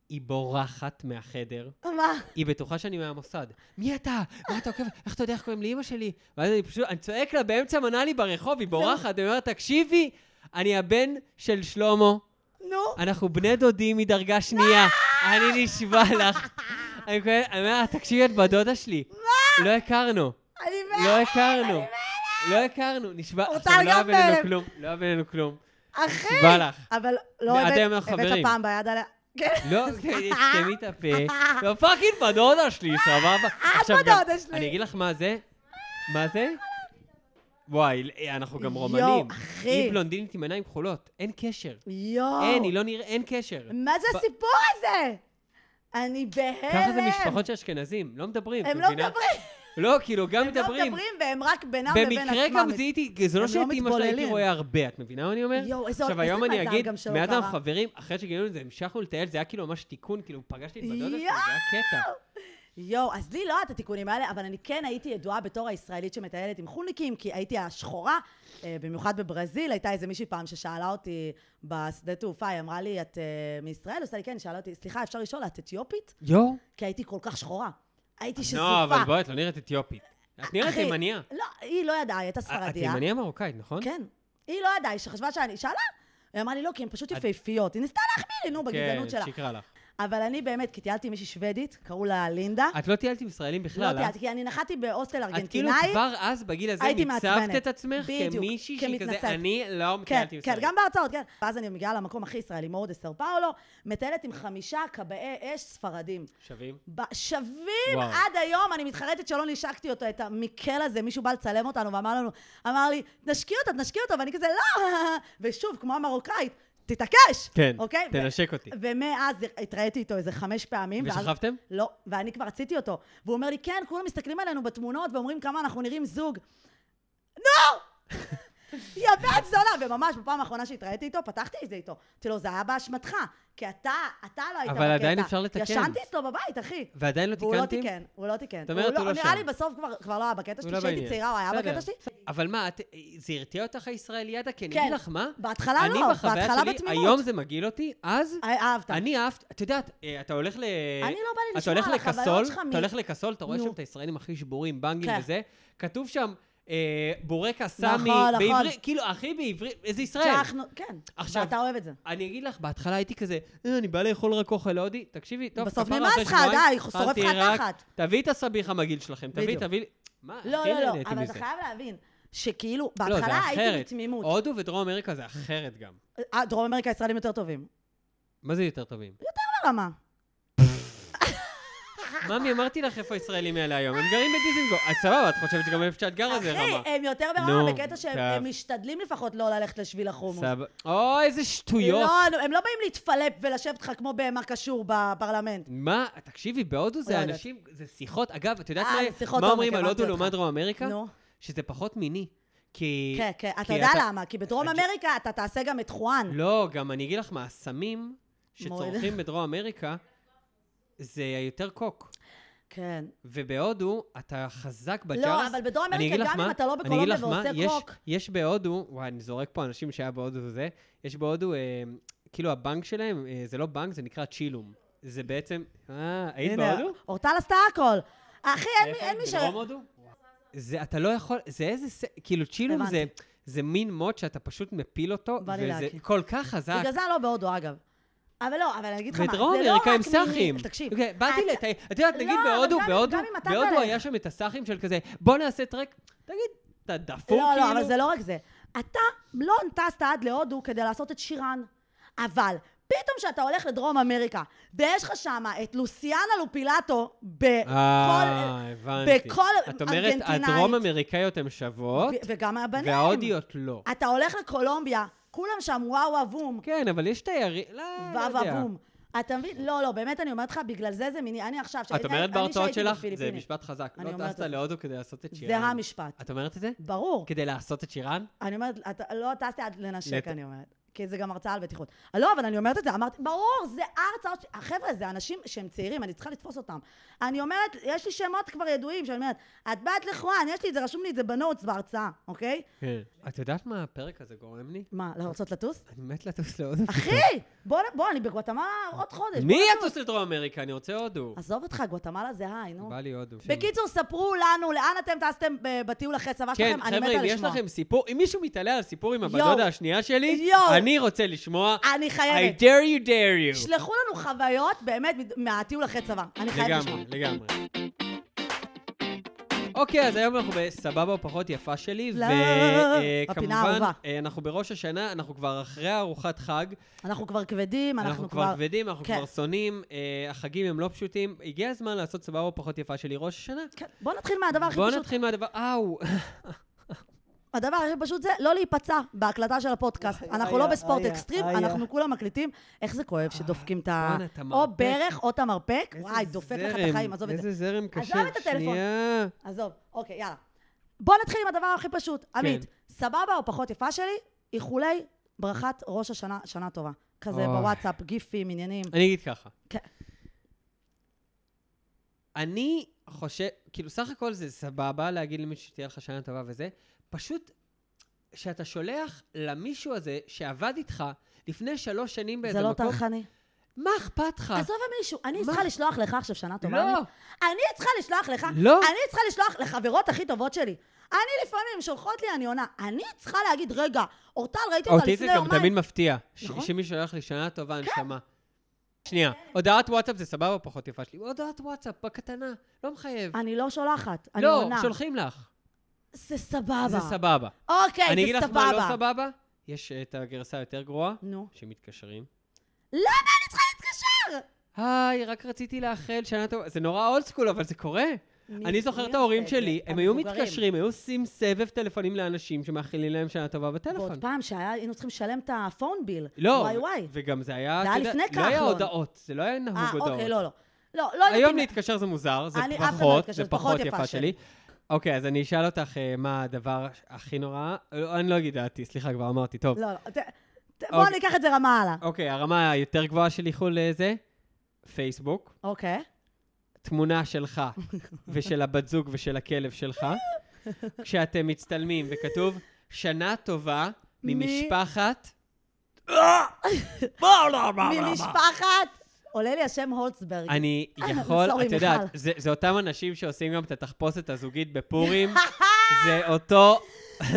B: היא בורחת מהחדר,
A: מה?
B: היא בטוחה שאני מהמוסד. מי אתה? מה אתה עוקב? איך אתה יודע איך קוראים לאימא שלי? ואז אני פשוט, אני צועק לה באמצע מנאלי ברחוב, היא בורחת, אני אומר, תקשיבי, אני הבן של שלמה,
A: נו.
B: אנחנו בני דודים מדרגה שנייה, אני נשבע לך. אני קורא- אני אומר לה, תקשיבי, את בדודה שלי. לא הכרנו,
A: אני
B: לא
A: מ...
B: הכרנו, לא הכרנו, נשבע,
A: אורטל
B: עכשיו לא היה
A: גם בהלם.
B: בינינו כלום, לא היה בינינו כלום,
A: אחי!
B: נשבע לך.
A: אבל לא
B: ועד
A: הבאת...
B: היום אנחנו
A: הבאת
B: חברים.
A: פעם ביד עליה. כן.
B: לא, תסתמי את
A: אה,
B: הפה. לא פאקינג בדודה שלי, סבבה? עכשיו גם-
A: בדודה אה, שלי.
B: אני אגיד לך מה זה. מה זה? וואי, אנחנו גם
A: יואו,
B: רומנים.
A: אחי.
B: היא בלונדינית עם עיניים כחולות. אין קשר.
A: יואו.
B: אין, היא לא נראה, אין קשר.
A: מה זה
B: ב-
A: הסיפור הזה? אני בהלם.
B: ככה זה משפחות של אשכנזים, לא מדברים. את
A: הם לא
B: מבינה?
A: מדברים.
B: לא, כאילו, גם
A: הם לא
B: מדברים.
A: מדברים, והם רק בינם לבין עצמם.
B: במקרה גם זיהיתי, זה
A: הם
B: לא
A: לא
B: שאת אימא שלה הייתי
A: מתבוללים.
B: רואה הרבה, את מבינה מה אני אומר?
A: יואו, איזה-
B: עכשיו,
A: איזה
B: היום אני
A: מזל
B: אגיד,
A: גם שלא
B: מעט
A: קרה.
B: אנחנו חברים, אחרי שגילינו את זה, המשכנו לטייל, זה היה כאילו ממש תיקון, כאילו, פגשתי את בדודה שלי, זה היה קטע.
A: יואו, אז לי לא היה את התיקונים האלה, אבל אני כן הייתי ידועה בתור הישראלית שמטיילת עם חולניקים, כי הייתי השחורה, אה, במיוחד בברזיל, הייתה איזה מישהי פעם ששאלה אותי בשדה תעופה, היא אמרה לי, את אה, מישראל? עושה לי כן, שאלה אותי, סליחה, אפשר לשאול, את אתיופית?
B: יואו.
A: כי הייתי כל כך שחורה. הייתי שסופה.
B: לא, אבל בואי, את לא נראית אתיופית. את נראית
A: אחי,
B: תימניה.
A: לא, היא לא ידעה, היא הייתה
B: את
A: ספרדיה.
B: תימניה מרוקאית, נכון?
A: כן. היא לא ידעה, היא חשבה שאני... שאלה? היא אמרה לי, לא, כי הן פשוט
B: את- כן,
A: יפהפיות. היא ניסתה להחמיא לי, נו, בגזענות שלה.
B: שיקרה לך.
A: אבל אני באמת, כי טיילתי עם מישהי שוודית, קראו לה לינדה.
B: את לא טיילת עם ישראלים
A: לא
B: בכלל, אה?
A: טיילתי, כי אני נחתי בהוסטל
B: את כאילו
A: ארגנטינאי.
B: כבר אז, בגיל הזה,
A: הייתי
B: ניצבת
A: מעצבנת.
B: את עצמך
A: בדיוק,
B: כמישהי שהיא
A: כמתנשאת.
B: כזה, אני לא
A: כן,
B: טיילת עם
A: כן,
B: ישראלים.
A: גם בהרצאות, כן. ואז אני מגיעה למקום הכי ישראלי, מורו דה סאו פאולו, מטיילת עם חמישה כבאי אש ספרדים.
B: שווים?
A: ב- שווים
B: וואו.
A: עד היום, אני מתחרטת שלא נשקתי אותו, את המקל הזה, מישהו בא לצלם אותנו ואמר לנו, אמר לי, תנשקי אותו, תנשקי אותו, ואני כזה, לא! ושוב, כמו המרוקאית, תתעקש!
B: כן,
A: אוקיי? ו-
B: תנשק אותי.
A: ומאז התראיתי איתו איזה חמש פעמים. ואז-
B: ושכבתם?
A: לא, ואני כבר רציתי אותו. והוא אומר לי, כן, כולם מסתכלים עלינו בתמונות ואומרים כמה אנחנו נראים זוג. יא בת זונה! וממש, בפעם האחרונה שהתראיתי איתו, פתחתי את זה איתו. אמרתי לו, זה היה באשמתך, כי אתה, אתה לא היית
B: אבל
A: בקטע.
B: עדיין אפשר לתקן.
A: ישנתי אצלו בבית, אחי.
B: ועדיין לא
A: והוא לא
B: תיקנתם?
A: תיקן, הוא לא תיקן.
B: זאת אומרת, הוא לא
A: נראה
B: שם.
A: לי בסוף כבר- כבר לא היה בקטע
B: הוא
A: שלי,
B: לא
A: כשהייתי
B: בעניין.
A: צעירה הוא היה
B: בסדר.
A: בקטע שלי.
B: אבל מה, את- זה הרתיע אותך הישראליאדה? כי אני
A: כן.
B: אגיד לך מה?
A: בהתחלה
B: אני
A: לא,
B: בחוויה
A: בהתחלה
B: שלי,
A: בתמימות.
B: היום זה מגעיל אותי, אז
A: אה, אהבת.
B: אני אהבת, את יודעת, אה, אתה הולך ל...
A: אני לא בא לי
B: אתה
A: לשמוע
B: הולך
A: על החוויות
B: לקסול,
A: שלך מ-
B: אתה הולך לקסול, אתה רואה
A: נו.
B: שם את הישראלים הכי שבורים, בנגים
A: כן.
B: וזה, כתוב שם אה, בורקה סמי,
A: נכון.
B: בעברית, כאילו, הכי בעברית, איזה ישראל.
A: שאנחנו, כן.
B: עכשיו- אה,
A: ואתה אוהב את זה.
B: אני אגיד לך, בהתחלה הייתי כזה, "אה, אני בא לאכול רק אוכל הודי, תקשיבי, טוב,
A: בסוף
B: כפרה,
A: נמאס
B: אחרי
A: לך,
B: שבועיים,
A: די, שורף
B: אכלתי
A: לך
B: רק-
A: תחת.
B: תביאי את הסביח המגעיל שלכם, תביאי,
A: בדיוק.
B: תביאי לי. מה,
A: לא,
B: הכי
A: לא, לא,
B: נהניתי
A: אבל
B: כן, מזה.
A: אתה חייב להבין, שכאילו,
B: לא, זה
A: בהתחלה הייתי
B: אחרת.
A: בתמימות.
B: הודו ודרום אמריקה זה אחרת גם.
A: אה, דרום אמריקה ישראלים יותר טובים.
B: מה זה יותר טובים?
A: ברמה.
B: ממי, אמרתי לך איפה הישראלים האלה היום, הם גרים בדיזנגו. אז סבבה, את חושבת שגם איפה שאת גרה זה רמה.
A: אחי, הם יותר
B: נו,
A: ברמה, בקטע שהם
B: טוב.
A: הם משתדלים לפחות לא ללכת לשביל החומוס.
B: סבבה. או, איזה שטויות.
A: לא, נו, הם לא באים להתפלפ ולשבת לך כמו בהמה קשור בפרלמנט.
B: מה, תקשיבי, בהודו
A: לא
B: זה
A: יודעת.
B: אנשים, זה שיחות. אגב, את יודעת
A: אה,
B: מה-
A: זה שיחות
B: מה
A: עומק,
B: אומרים על
A: הבנתי
B: הודו
A: אותך.
B: לעומת דרום אמריקה?
A: נו.
B: שזה פחות מיני. כי...
A: כן, כן. אתה
B: כי
A: יודע
B: אתה-
A: למה? כי בדרום
B: אתה-
A: אמריקה אתה תעשה גם את חואן.
B: לא, גם אני אגיד לך מה, הסמים שצורכים
A: מוריד.
B: בדרום אמריקה, זה יותר קוק.
A: כן.
B: ובהודו, אתה חזק בג'אס.
A: לא, אבל בדרום
B: אני אגיד
A: אמריקה,
B: לך
A: גם
B: מה,
A: אם אתה לא
B: אני אגיד
A: בקולומביה
B: לך מה,
A: ועושה
B: יש-
A: קוק,
B: יש בהודו, וואי, אני זורק פה אנשים שהיה בהודו וזה, יש בהודו, אה, כאילו הבנק שלהם, אה, זה לא בנק, זה נקרא צ'ילום. זה בעצם, אה, היית
A: הנה,
B: בהודו?
A: אורטל עשתה הכל. אחי, אין מי- אין מי ש...
B: בדרום הודו? זה, אתה לא יכול, זה איזה, ס- כאילו צ'ילום
A: הבנתי.
B: זה, זה מין מוט שאתה פשוט מפיל אותו,
A: בא לי
B: וזה
A: להקיא.
B: כל כך חזק.
A: בגלל זה אני לא בהודו, אגב. אבל לא, אבל אני אגיד לך מה, זה לא
B: בדרום
A: רק מיני...
B: אמריקה הם סאחים.
A: תקשיב.
B: אוקיי, באתי
A: אתה-
B: לטייל, את יודעת,
A: לא,
B: נגיד
A: אבל
B: בהודו,
A: גם אם-
B: בהודו,
A: גם אם אתה
B: בהודו
A: תלך.
B: היה שם את הסאחים של כזה, בוא נעשה טרק, תגיד, אתה דפוק כאילו?
A: לא, לא, אבל זה לא רק זה. אתה לא טסת עד להודו כדי לעשות את שירן. אבל פתאום כשאתה הולך לדרום אמריקה, ויש לך שמה את לוסיאנה לופילטו בכל...
B: אה, הבנתי.
A: לא- בכל
B: את אומרת,
A: ארגנטינאית.
B: הדרום אמריקאיות הן שוות,
A: ו- וגם הבנים.
B: וההודיות לא.
A: אתה הולך לקולומביה, כולם שם וואו אבום,
B: כן, אבל יש תיירים, לא, לא
A: וואו
B: יודע.
A: אבום. אתה מבין? לא, לא, באמת אני אומרת לך, בגלל זה זה מיני... אני עכשיו...
B: את
A: שהייתי-
B: אומרת
A: אני
B: בהרצאות
A: שהייתי
B: שלך, זה
A: בפיליפינים.
B: משפט חזק,
A: אני
B: לא
A: אומרת
B: טסת
A: את זה.
B: להודו כדי לעשות את שירן.
A: זה המשפט.
B: את אומרת את זה?
A: ברור.
B: כדי לעשות את שירן?
A: אני אומרת, אתה, לא טסתי עד לנשק,
B: לת-
A: אני אומרת. כי זה גם הרצאה על בטיחות. לא, אבל אני אומרת את זה, אמרתי, ברור, זה ההרצאות, ש- החבר'ה, זה אנשים שהם צעירים, אני צריכה לתפוס אותם. אני אומרת, יש לי שמות כבר ידועים, שאני אומרת, את באת לחואן, יש לי את זה, רשום לי את זה בנוטס בהרצאה, אוקיי?
B: כן. את יודעת מה הפרק הזה גורם לי?
A: מה, לרצות לטוס?
B: אני מת לטוס להודו.
A: אחי, בוא, נ- בוא, אני בגואטמלה עוד חודש. בוא
B: מי
A: נטוס.
B: יטוס לדרום אמריקה? אני רוצה הודו.
A: עזוב אותך, גואטמלה זה היי, נו.
B: בא לי הודו.
A: בקיצור, ספרו לנו לאן אתם טסתם ב- בטיול אחרי צבא
B: כן,
A: שלכם, אני מתה לשמוע.
B: חבר'ה, אם יש לכם סיפור, אם מישהו מתעלה על סיפור עם
A: יואו.
B: הבדודה השנייה שלי,
A: יואו. אה,
B: אני רוצה לשמוע.
A: אני
B: I
A: חייבת.
B: dare you dare you.
A: שלחו לנו חוויות באמת מד- מהטיול אחרי צבא. אני חייבת לשמוע.
B: לגמרי, לגמרי. אוקיי, אז היום אנחנו בסבבה או פחות יפה שלי,
A: לא, הפינה
B: וכמובן,
A: האהובה.
B: אה, אנחנו בראש השנה, אנחנו כבר אחרי ארוחת חג,
A: אנחנו כבר כבדים,
B: אנחנו כבר כבדים, אנחנו
A: כן.
B: כבר שונאים, אה, החגים הם לא פשוטים, הגיע הזמן לעשות סבבה או פחות יפה שלי ראש השנה.
A: כן, בוא נתחיל מהדבר הכי
B: בואו
A: פשוט. אה,
B: נתחיל מהדבר, אה, אאו,
A: הדבר הכי פשוט זה לא להיפצע בהקלטה של הפודקאסט. אנחנו לא
B: איה,
A: בספורט
B: איה,
A: אקסטרים,
B: איה.
A: אנחנו כולם מקליטים. איך זה כואב שדופקים את ה...
B: בואנה, את
A: או
B: המרפק.
A: ברך או את המרפק.
B: איזה
A: וואי, דופק לך את
B: זרם,
A: החיים, עזוב את זה.
B: איזה זרם קשה.
A: את הטלפון.
B: שנייה.
A: עזוב, אוקיי, יאללה. בוא נתחיל עם הדבר הכי פשוט.
B: כן.
A: עמית, סבבה או פחות יפה שלי? איחולי ברכת ראש השנה, שנה טובה. כזה
B: אוי.
A: בוואטסאפ, גיפים, עניינים.
B: אני אגיד ככה.
A: כן.
B: אני חושב, כאילו, סך הכל זה סבבה להגיד למישהו שתהיה לך שנה טובה וזה, פשוט שאתה שולח למישהו הזה שעבד איתך לפני שלוש שנים באיזה
A: זה לא
B: מקום,
A: טרחני.
B: מה אכפת לך?
A: עזוב מישהו, אני
B: מה?
A: צריכה לשלוח לך עכשיו שנה טובה.
B: לא.
A: עמית? אני צריכה לשלוח לך,
B: לא.
A: אני צריכה לשלוח לחברות הכי טובות שלי. אני לפעמים, שולחות לי, אני עונה. אני צריכה להגיד, רגע, אורטל, ראיתי אותה
B: אותי זה
A: לפני
B: גם תמיד
A: יומיים.
B: מפתיע. ש-
A: נכון.
B: שמישהו שולח לי שנה טובה, נשמה. שנייה, הודעת וואטסאפ זה סבבה פחות יפה שלי. הודעת וואטסאפ, בקטנה, לא מחייב.
A: אני לא שולחת, אני
B: לא,
A: עונה.
B: שולחים לך.
A: זה סבבה.
B: זה סבבה.
A: אוקיי, זה
B: אני אגיד לך מה לא
A: סבבה.
B: סבבה? יש אה, את הגרסה היותר גרועה,
A: נו.
B: שמתקשרים.
A: למה אני צריכה להתקשר?
B: היי, רק רציתי לאחל שנה טובה. זה נורא אולד סקול, אבל זה קורה.
A: מי-
B: אני זוכר
A: מי
B: את ההורים
A: עושה את
B: שלי,
A: זה?
B: הם היו
A: המבוגרים.
B: מתקשרים, היו עושים סבב טלפונים לאנשים שמאחלים להם שנה טובה בטלפון.
A: ועוד פעם שהיינו צריכים לשלם את הפון ביל.
B: נכון. לא,
A: וואי וואי.
B: וגם זה היה,
A: זה
B: אתה
A: היה
B: יודע,
A: לפני
B: לא היה
A: כחלון.
B: הודעות, זה לא היה נהוג
A: אה,
B: הודעות.
A: אוקיי, לא, לא. לא, לא יודעת
B: היום
A: אם-
B: להתקשר זה מוזר, זה
A: אני- אף אחד לא
B: פחות,
A: מתקשר,
B: זה
A: זה
B: פחות
A: פחות
B: יפה
A: יפה
B: שלי. אוקיי, אז אני אשאל אותך אה, מה הדבר הכי נורא, לא, אני לא אגיד דעתי, סליחה, כבר אמרתי, טוב.
A: לא, לא. ת- ת- בואו
B: אוקיי.
A: ניקח את זה רמה הלאה.
B: אוקיי, הרמה היותר גבוהה שלי חו"ל אה, זה פייסבוק,
A: אוקיי.
B: תמונה שלך ושל הבת זוג ושל הכלב שלך, כשאתם מצטלמים וכתוב, שנה טובה
A: מי-
B: ממשפחת...
A: ממשפחת... עולה לי השם הולצברג.
B: אני יכול,
A: סורי,
B: את יודעת,
A: מיכל.
B: זה, זה אותם אנשים שעושים גם את התחפושת הזוגית בפורים, זה אותו...
A: אה,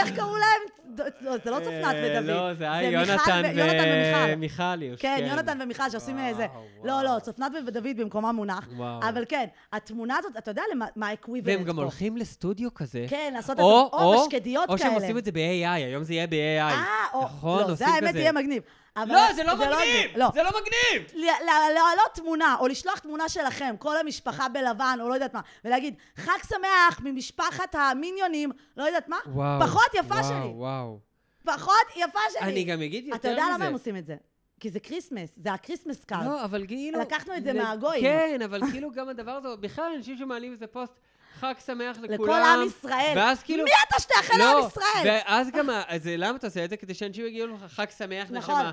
A: איך קראו להם? ד- לא, זה לא צפנת
B: אה,
A: ודוד.
B: לא, זה היה
A: זה מיכל
B: יונתן
A: ו- יונתן ומיכל.
B: ומיכל.
A: כן, יונתן ומיכל שעושים
B: וואו,
A: איזה...
B: וואו.
A: לא, לא, צפנת ודוד במקומה מונח.
B: וואו.
A: אבל כן, התמונה הזאת, אתה יודע למה- מה האקוויבלנט פה.
B: והם גם הולכים לסטודיו כזה.
A: כן, לעשות...
B: או,
A: את-
B: או,
A: משקדיות
B: או
A: כאלה.
B: שהם עושים את זה ב-AI, היום זה יהיה ב-AI.
A: אה, או...
B: נכון,
A: לא,
B: עושים
A: זה האמת
B: כזה.
A: יהיה מגניב. אבל-
B: לא, זה לא
A: לא.
B: מגניב! זה לא מגניב!
A: ל- ל- להעלות תמונה, או לשלוח תמונה שלכם, כל המשפחה בלבן, או לא יודעת מה, ולהגיד, חג שמח ממשפחת המיניונים, לא יודעת מה,
B: וואו.
A: פחות יפה
B: וואו,
A: שלי.
B: וואו.
A: פחות יפה שלי.
B: אני גם אגיד יותר מזה.
A: אתה יודע למה הם עושים את זה? כי זה כריסמס, זה הקריסמס קארד.
B: לא, אבל כאילו...
A: לקחנו את זה
B: נ-
A: מהגויים.
B: כן, אבל כאילו גם הדבר הזה, בכלל אנשים שמעלים איזה פוסט, חג שמח לכולם.
A: לכל עם ישראל.
B: ואז כאילו...
A: מי אתה שתאחל
B: לא,
A: לעם ישראל?
B: ואז גם, ה- אז למה אתה עושה את זה? כדי שאנשים יגידו לך חג שמח,
A: נכון.
B: נשמה.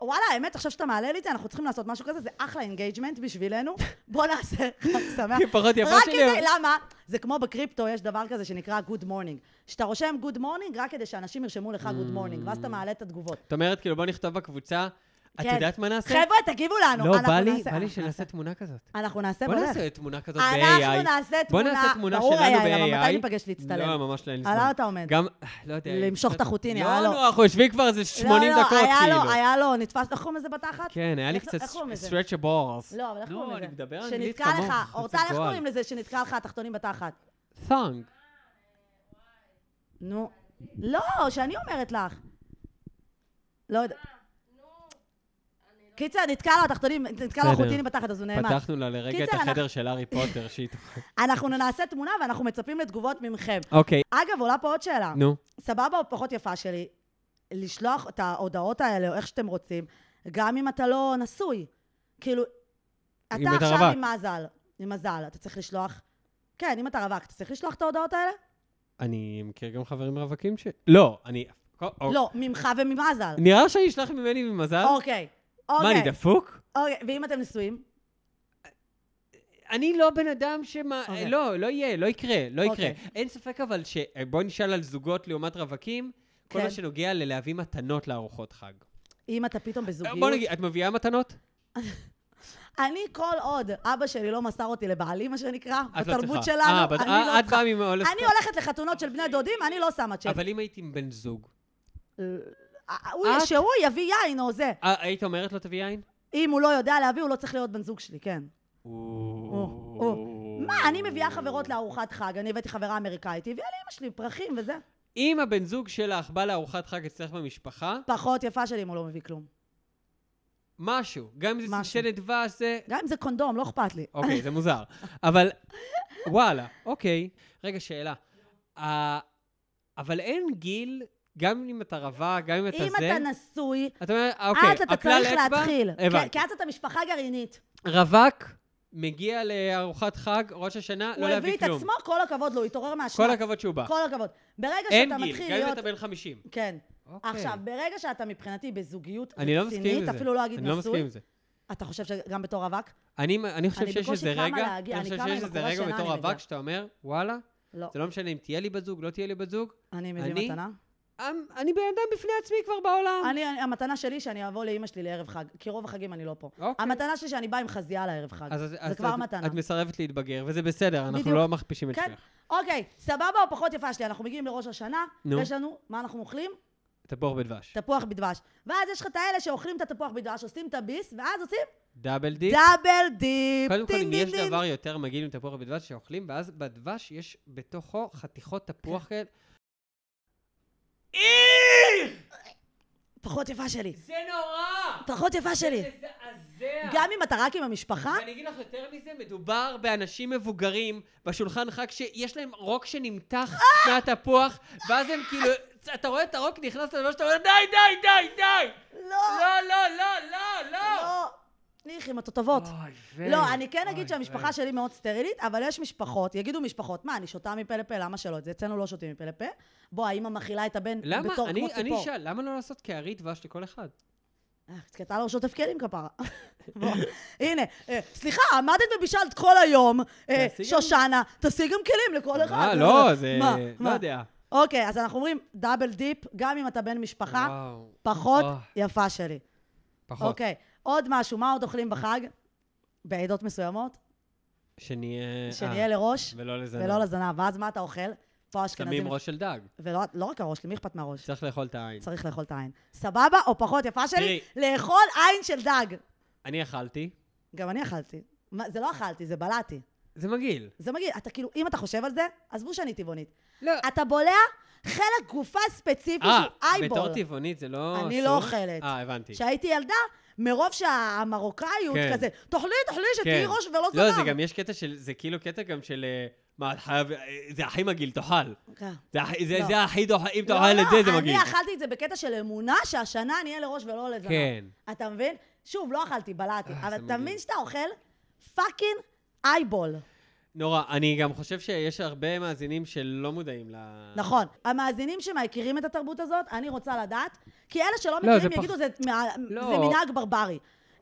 A: וואלה, האמת, עכשיו שאתה מעלה לי את זה, אנחנו צריכים לעשות משהו כזה, זה אחלה אינגייג'מנט בשבילנו. בוא נעשה חג שמח.
B: כי פחות יפה
A: רק
B: שלי,
A: כדי,
B: אבל-
A: למה? זה כמו בקריפטו, יש דבר כזה שנקרא Good Morning. שאתה רושם Good Morning רק כדי שאנשים ירשמו לך Good Morning, ואז
B: Mm.
A: אתה מעלה את התגובות.
B: את אומרת, כאילו, בוא נכתוב בקבוצה, את
A: כן.
B: יודעת מה נעשה?
A: חבר'ה, תגיבו לנו.
B: לא,
A: אנחנו
B: בא לי,
A: נעשה-
B: בא לי
A: אנחנו
B: שנעשה
A: נעשה-
B: תמונה כזאת.
A: אנחנו נעשה
B: בוא
A: בולך.
B: נעשה תמונה כזאת ב-AI.
A: אנחנו נעשה
B: בוא
A: תמונה-
B: נעשה תמונה
A: ברור,
B: שלנו
A: AI, אבל
B: ב-AI.
A: מתי ניפגש להצטלם?
B: לא, ממש לא, אין לי
A: על
B: זמן.
A: מה אתה עומד?
B: גם, אה, לא יודע.
A: למשוך
B: קצת-
A: את החוטין, היה לו.
B: לא, נו, אנחנו יושבים כבר איזה 80
A: לא, לא,
B: דקות, כאילו.
A: היה לו, היה לו, נתפס, איך קוראים לזה בתחת?
B: כן, היה לי
A: איך-
B: קצת
A: איך קוראים לזה?
B: stretch a balls.
A: לא, אבל איך קוראים לזה?
B: לא, אני מדבר אנגלית
A: שנתקע
B: כמוך,
A: לך,
B: זה
A: אורטל, איך
B: גועל.
A: קוראים לזה שנתקע לך התחתונים בתחת?
B: thong.
A: נו. לא, שאני אומרת לך. לא יודע. קיצר, נתקע לו התחתונים, נתקע לו
B: בסדר.
A: החוטינים בתחת, אז הוא נעמד.
B: פתחנו לה לרגע את
A: קיצר,
B: החדר
A: אנחנו-
B: של הארי פוטר, שהיא תוכל.
A: אנחנו נעשה תמונה ואנחנו מצפים לתגובות ממכם.
B: אוקיי,
A: אגב, עולה פה עוד שאלה.
B: נו.
A: סבבה או פחות יפה שלי, לשלוח את ההודעות האלה, או איך שאתם רוצים, גם אם אתה לא נשוי. כאילו,
B: אם
A: אתה
B: אתה
A: עכשיו
B: רווק.
A: עם מזל, עם מזל, אתה צריך לשלוח... כן, אם אתה רווק, אתה צריך לשלוח את ההודעות האלה?
B: אני מכיר גם חברים רווקים ש... לא, אני... או-
A: לא, ממך וממזל.
B: נראה שאני אשלח ממני ממזל?
A: אוקיי.
B: מה, אני
A: אוקיי.
B: דפוק?
A: אוקיי, ואם אתם נשואים?
B: אני לא בן אדם שמה...
A: אוקיי.
B: לא, לא יהיה, לא יקרה, לא יקרה.
A: אוקיי.
B: אין ספק אבל ש... בוא נשאל על זוגות לעומת רווקים, כל
A: כן.
B: מה שנוגע ללהביא מתנות לארוחות חג.
A: אם אתה פתאום בזוגיות?
B: בוא נגיד, את לא מביאה מתנות?
A: אני כל עוד אבא שלי לא מסר אותי לבעלי, מה שנקרא,
B: את לא
A: בתרבות
B: צריכה.
A: שלנו,
B: אה, בת-
A: אני
B: אה,
A: לא
B: את
A: צריכה.
B: באה ממעול...
A: אני הולכת לחתונות של בני דודים, אני לא שמה צ'ק.
B: אבל אם היית עם בן זוג,
A: אה, הוא-
B: את-
A: שהוא יביא יין או זה.
B: אה, היית אומרת לו תביא יין?
A: אם הוא לא יודע להביא, הוא לא צריך להיות בן זוג שלי, כן.
B: או.
A: מה, אני מביאה חברות לארוחת חג, אני הבאתי חברה אמריקאית, היא הביאה לאמא שלי פרחים וזה.
B: אם הבן זוג שלך בא לארוחת חג אצלך במשפחה,
A: פחות יפה שלי אם הוא לא מביא כלום.
B: משהו, גם אם זה
A: משהו.
B: סלסלת דבש, זה...
A: גם אם זה קונדום, לא אכפת לי.
B: אוקיי, זה מוזר. אבל וואלה, אוקיי. רגע, שאלה. אה, אבל אין גיל, גם אם אתה רווק, גם אם אתה זה...
A: אם אתה נשוי,
B: אתה אומר, אה, אוקיי,
A: אז אתה
B: הכלל
A: צריך
B: אצבע?
A: להתחיל. כן, כי-
B: הבנתי.
A: כי אז אתה משפחה גרעינית.
B: רווק מגיע לארוחת חג, ראש השנה,
A: הוא
B: לא
A: הביא
B: להביא
A: את
B: כלום.
A: עצמו, כל הכבוד לו, הוא התעורר
B: כל
A: מהשנץ.
B: הכבוד שהוא בא.
A: כל הכבוד. ברגע
B: אין
A: שאתה
B: גיל,
A: מתחיל
B: גם אם
A: להיות...
B: אתה בן 50.
A: כן.
B: אוקיי.
A: עכשיו, ברגע שאתה מבחינתי בזוגיות
B: אני לא מסכים עם
A: רצינית,
B: זה.
A: אפילו לא אגיד
B: אני לא מסכים
A: נשוי,
B: עם זה.
A: אתה חושב שגם בתור רווק?
B: אני, אני חושב
A: אני
B: שיש
A: בקושי
B: איזה
A: קמה
B: רגע,
A: להגיע,
B: אני
A: אני
B: חושב
A: קמה עם
B: שיש איזה
A: הבחורה
B: רגע
A: שינה,
B: בתור
A: אני
B: רווק
A: מגיעה.
B: שאתה אומר, וואלה,
A: לא.
B: זה לא משנה אם תהיה לי בת זוג, לא תהיה לי בת זוג,
A: אני
B: אני-
A: מביא מתנה.
B: אמ, אני בן אדם בפני עצמי כבר בעולם.
A: אני, אני- המתנה שלי שאני אבוא לאימא שלי לערב חג, כי רוב החגים אני לא פה.
B: אוקיי.
A: המתנה שלי שאני באה עם חזייה לערב חג.
B: אז-
A: זה
B: אז
A: כבר
B: את-
A: מתנה.
B: את מסרבת להתבגר, וזה בסדר, אנחנו
A: בדיוק.
B: לא מכפישים את
A: כן.
B: שמך.
A: אוקיי, סבבה או פחות יפה שלי, אנחנו מגיעים לראש השנה,
B: נו.
A: יש לנו, מה אנחנו אוכלים?
B: תפוח בדבש.
A: תפוח בדבש. ואז יש לך את האלה שאוכלים את התפוח בדבש, עושים את הביס, ואז עושים
B: דאבל דיפ.
A: דאבל דיפ.
B: קודם כל,
A: טינג,
B: אם יש
A: טינג,
B: דבר יותר מגעיל עם תפוח בדבש שאוכלים, ואז בדבש יש בתוכו חתיכות
A: כן.
B: תפוח כאלה. איך!
A: טינג. פחות יפה שלי.
B: זה נורא!
A: פחות יפה שלי.
B: מזעזע!
A: גם אם אתה רק עם המשפחה,
B: ואני אגיד לך יותר מזה, מדובר באנשים מבוגרים בשולחן חג שיש להם רוק שנמתח
A: אה!
B: מהתפוח, ואז הם כאילו, אתה רואה את הרוק נכנס לדבר שאתה אומר, די, די, די, די!
A: לא,
B: לא, לא, לא, לא, לא!
A: לא. ניחי, עם התותבות.
B: אוי, ו-
A: לא, אני כן
B: אוי,
A: אגיד
B: ו-
A: שהמשפחה שלי מאוד סטרילית, אבל יש משפחות, יגידו משפחות, מה, אני שותה מפה לפה, למה שלא? את זה אצלנו לא שותים מפה לפה. בוא, האמא מאכילה את הבן
B: למה?
A: בתור
B: אני,
A: כמו
B: אני
A: ציפור.
B: אשאל, למה לא לעשות קערי דבש לכל אחד?
A: אה, כי אתה לא שוטף כלים כפרה. בוא, הנה, אה, סליחה, עמדת ובישלת כל היום, אה,
B: תעשי גם-
A: שושנה, תעשי גם כלים לכל אחד.
B: מה, לא, זה...
A: מה,
B: לא
A: מה?
B: יודע.
A: אוקיי, אז אנחנו אומרים דאבל דיפ, גם אם אתה בן משפחה,
B: וואו,
A: פחות
B: וואו.
A: יפה שלי.
B: פחות.
A: אוקיי, עוד משהו, מה עוד אוכלים בחג? בעדות מסוימות,
B: שנהיה...
A: שנהיה
B: אה,
A: לראש
B: ולא לזנב.
A: ולא לזנב, ואז מה אתה אוכל? פה האשכנזים...
B: שמים ראש של דג.
A: ולא לא רק הראש, למי אכפת מהראש?
B: צריך לאכול את העין.
A: צריך לאכול את העין. סבבה או פחות יפה שלי? לאכול עין של דג.
B: אני אכלתי,
A: גם אני אכלתי. מה, זה לא אכלתי, זה בלעתי.
B: זה מגעיל.
A: זה מגעיל. אתה כאילו, אם אתה חושב על זה, עזבו שאני טבעונית.
B: לא.
A: אתה בולע חלק גופה ספציפי שהוא
B: אה,
A: אייבול.
B: בתור טבעונית זה לא...
A: אני
B: אסור?
A: לא אוכלת.
B: אה, הבנתי.
A: כשהייתי ילדה, מרוב שהמרוקאיות
B: כן.
A: כזה, תאכלי, תאכלי, שתהיי
B: כן.
A: ראש ולא זנב.
B: לא, זה גם יש קטע של... זה כאילו קטע גם של... אה, מה, את חייב... אה, זה הכי מגעיל, תאכל.
A: כן.
B: זה הכי- זה-
A: לא.
B: זה הכי דוחה, אם
A: לא,
B: תאכל
A: לא,
B: את זה, זה מגעיל.
A: אני אכלתי את זה בקטע של אמונה שהשנה אני אהיה לראש ולא לזנב.
B: כן.
A: אתה מבין? שוב, לא אכלתי, בלעתי.
B: אה, זה
A: אבל אתה
B: מגעיל.
A: מבין שאתה אוכל פאקינג אייבול.
B: נורא, אני גם חושב שיש הרבה מאזינים שלא מודעים ל...
A: נכון. המאזינים שמכירים את התרבות הזאת, אני רוצה לדעת, כי אלה שלא
B: לא, זה
A: מכירים
B: פח-
A: יגידו, "זה מה-
B: לא.
A: זה מנהג ברברי.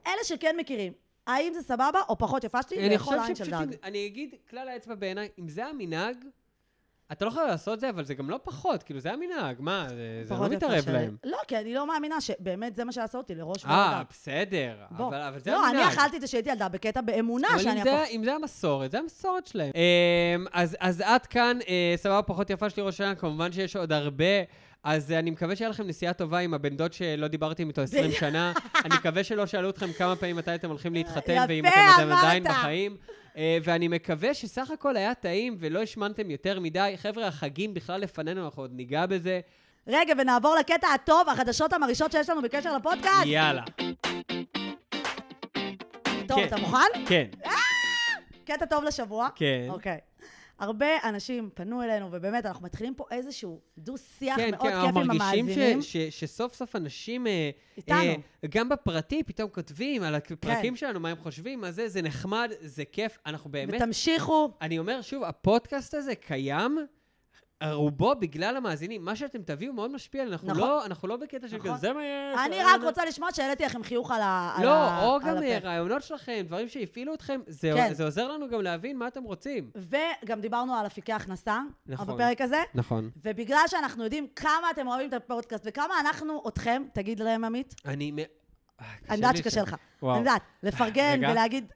A: אלה שכן מכירים, האם זה סבבה או פחות יפה שלי
B: אני
A: לאכול
B: חושב
A: עין של
B: שפשוט,
A: דג?
B: אם- אני אגיד כלל האצבע בעיניי, אם זה המנהג, אתה לא חייב לעשות זה, אבל זה גם לא פחות, כאילו, זה המנהג, מה, זה- זה לא
A: פחות יפה
B: מתערב
A: שלי.
B: להם.
A: לא, כי אני לא מאמינה שבאמת זה מה שעשה אותי לראש
B: אה,
A: ולדג.
B: בסדר,
A: בוא.
B: אבל אבל זה
A: לא,
B: המנהג.
A: אני אכלתי את זה כשהייתי ילדה בקטע באמונה
B: אבל
A: אה, שאני
B: אם זה-
A: אהפוך.
B: אם זה המסורת, זה המסורת שלהם. אמ, אז אז עד כאן, אה, סבבה, פחות יפה שלי ראש השנה, כמובן שיש עוד הרבה. אז אה, אני מקווה שהיה לכם נסיעה טובה עם הבן דוד שלא דיברתי איתו 20 שנה. אני מקווה שלא שאלו אתכם כמה פעמים מתי אתם הולכים להתחתן,
A: יפה,
B: ואם אתם עדיין- עדיין
A: אמרת.
B: בחיים. אה, ואני מקווה שסך הכל היה טעים ולא השמנתם יותר מדי. חבר'ה, החגים בכלל לפנינו, אנחנו עוד ניגע בזה.
A: רגע, ונעבור לקטע הטוב, החדשות המרעישות שיש לנו בקשר לפודקאסט.
B: יאללה.
A: טוב,
B: כן.
A: אתה מוכן?
B: כן,
A: קטע טוב לשבוע.
B: כן.
A: אוקיי. הרבה אנשים פנו אלינו, ובאמת, אנחנו מתחילים פה איזשהו דו-שיח
B: כן,
A: מאוד
B: כן,
A: כיף
B: אנחנו
A: עם
B: מרגישים
A: המאזינים.
B: ש- ש- שסוף סוף אנשים... אה,
A: איתנו. כן.
B: אה, גם בפרטי פתאום כותבים על הפרקים שלנו, מה הם חושבים, מה זה, זה נחמד, זה כיף. אנחנו באמת...
A: ותמשיכו.
B: אני אומר שוב, הפודקאסט הזה קיים. רובו בגלל המאזינים, מה שאתם תביאו מאוד משפיע, אנחנו,
A: נכון.
B: לא, אנחנו לא בקטע של
A: נכון.
B: כזה מה יש,
A: אני
B: אה,
A: רק
B: אה,
A: רוצה לשמוע שהעליתי לכם חיוך על ה... על
B: לא,
A: ה-
B: או
A: על
B: גם
A: הפרק.
B: אה, רעיונות שלכם, דברים שהפעילו אתכם, זה,
A: כן.
B: זה עוזר לנו גם להבין מה אתם רוצים.
A: וגם דיברנו על אפיקי הכנסה,
B: נכון.
A: בפרק הזה,
B: נכון.
A: ובגלל שאנחנו יודעים כמה אתם אוהבים את הפודקאסט וכמה אנחנו אתכם, תגיד להם עמית,
B: אני... מ- אה, קשה
A: אני יודעת
B: לי
A: שקשה
B: שם.
A: לך,
B: וואו.
A: אני יודעת, לפרגן
B: רגע.
A: ולהגיד,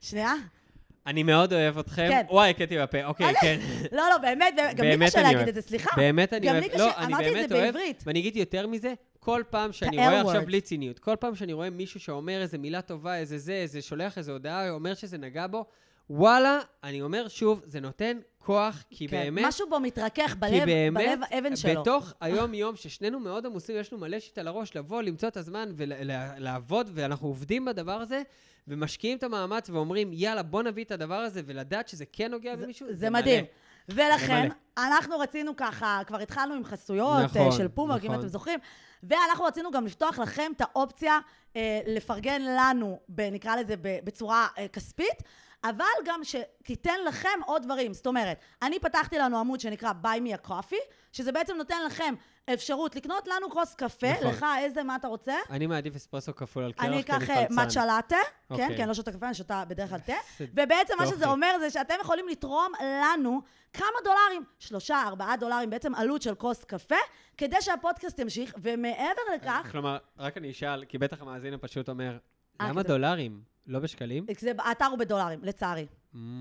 A: שנייה,
B: אני מאוד אוהב אתכם.
A: כן.
B: וואי, הכיתי בפה, אוקיי,
A: אני-
B: כן.
A: לא, לא, באמת, גם לי
B: באמת
A: קשה
B: אני
A: להגיד
B: אוהב.
A: את זה, סליחה,
B: באמת אני
A: גם
B: אוהב.
A: לי
B: לא,
A: קשה,
B: אני
A: אמרתי את
B: באמת
A: זה
B: אוהב,
A: בעברית.
B: ואני אגיד יותר מזה, כל פעם שאני
A: ה-air
B: רואה
A: word.
B: עכשיו, בלי ציניות, כל פעם שאני רואה מישהו שאומר איזה מילה טובה, איזה זה, איזה שולח איזה הודעה, אומר שזה נגע בו, וואלה, אני אומר שוב, זה נותן כוח, כי
A: כן,
B: באמת...
A: משהו בו מתרכך
B: כי
A: בלב,
B: באמת,
A: בלב האבן שלו.
B: בתוך היום-יום, ששנינו מאוד עמוסים, יש לנו מלא שיט על הראש, לבוא, למצוא את הזמן ולעבוד, ואנחנו עובדים בדבר הזה, ומשקיעים את המאמץ ואומרים, יאללה, בוא נביא את הדבר הזה, ולדעת שזה כן נוגע במישהו,
A: זה מדהים.
B: מלא.
A: ולכן,
B: זה
A: אנחנו רצינו ככה, כבר התחלנו עם חסויות
B: נכון,
A: נכון, של פומרק, נכון. אם
B: נכון.
A: אתם זוכרים, ואנחנו רצינו גם לפתוח לכם את האופציה אה, לפרגן לנו, ב, נקרא לזה ב, בצורה אה, כספית, אבל גם שתיתן לכם עוד דברים. זאת אומרת, אני פתחתי לנו עמוד שנקרא buy me a coffee, שזה בעצם נותן לכם אפשרות לקנות לנו כוס קפה,
B: נכון.
A: נכון. לך איזה, מה אתה רוצה?
B: אני מעדיף אספרסו כפול על קרח, כי
A: אני
B: אני
A: אקח אה,
B: חמצן.
A: matcha לאטה, כן,
B: אוקיי.
A: כי אני לא שותה קפה, אני שותה בדרך כלל תה.
B: זה
A: ובעצם מה שזה
B: יופי.
A: אומר זה שאתם יכולים לתרום לנו כמה דולרים, שלושה, ארבעה דולרים, בעצם עלות של כוס קפה, כדי שהפודקאסט ימשיך, ומעבר לכך,
B: כלומר, רק אני אשאל, כי בטח המאזין הפשוט אומר,
A: אה,
B: למה
A: כזה.
B: דולרים? לא בשקלים?
A: זה- האתר הוא בדולרים, לצערי.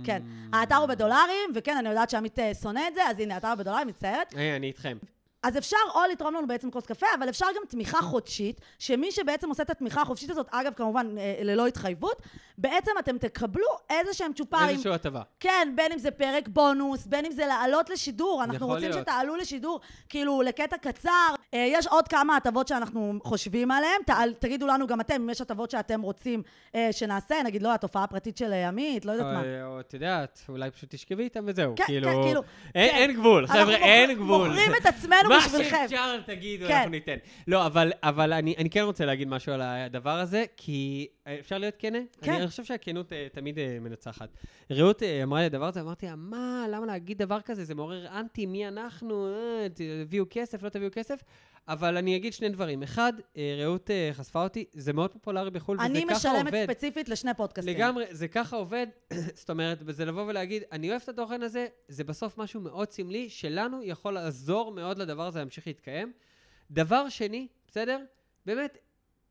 A: כן.
B: Mm.
A: האתר הוא בדולרים, וכן, אני יודעת שעמית אה, שונא את זה, אז הנה, האתר הוא בדולרים, מצטערת.
B: היי, אני איתכם.
A: אז אפשר או לתרום לנו בעצם כוס קפה, אבל אפשר גם תמיכה חודשית, שמי שבעצם עושה את התמיכה החופשית הזאת, אגב, כמובן, אה, ללא התחייבות, בעצם אתם תקבלו איזה שהם צ'ופרים.
B: איזושהי הטבה.
A: כן, בין אם זה פרק בונוס, בין אם זה לעלות לשידור, אנחנו
B: יכול
A: רוצים
B: להיות.
A: שתעלו לשידור, כאילו, לקטע קצר. אה, יש עוד כמה הטבות שאנחנו חושבים עליהן, תעל- תגידו לנו גם אתם, אם יש הטבות שאתם רוצים אה, שנעשה, נגיד, לא, התופעה הפרטית של אה, עמית, לא יודעת מה.
B: או- או את יודעת, אולי פשוט תשכבי איתם וזהו.
A: כן,
B: כאילו,
A: כן, כאילו,
B: אין,
A: כן.
B: אין גבול,
A: אנחנו
B: חבר'ה,
A: מוכר-
B: אין גבול.
A: מוכרים את עצמנו
B: מה
A: בשבילכם.
B: שאפשר תגידו,
A: כן.
B: אנחנו ניתן. לא, אבל, אבל אני, אני כן רוצה להגיד משהו על הדבר הזה, כי אה, אפשר להיות כנה?
A: כן.
B: אני חושב שהכנות אה, תמיד אה, מנצחת. רעות אה, אמרה לי הדבר הזה, אמרתי לה, מה, למה להגיד דבר כזה? זה מעורר אנטי, מי אנחנו? אה, תביאו כסף, לא תביאו כסף. אבל אני אגיד שני דברים. אחד, אה, רעות אה, חשפה אותי, זה מאוד פופולרי בחו"ל, וזה ככה
A: אני
B: עובד.
A: משלמת ספציפית לשני פודקאסטים.
B: לגמרי, זה ככה עובד, זאת אומרת, זה לבוא ולהגיד, אני אוהב את התוכן הזה, זה בסוף משהו מאוד סמלי, שלנו יכול לעזור מאוד לדבר הזה להמשיך להתקיים. דבר שני, בסדר? באמת,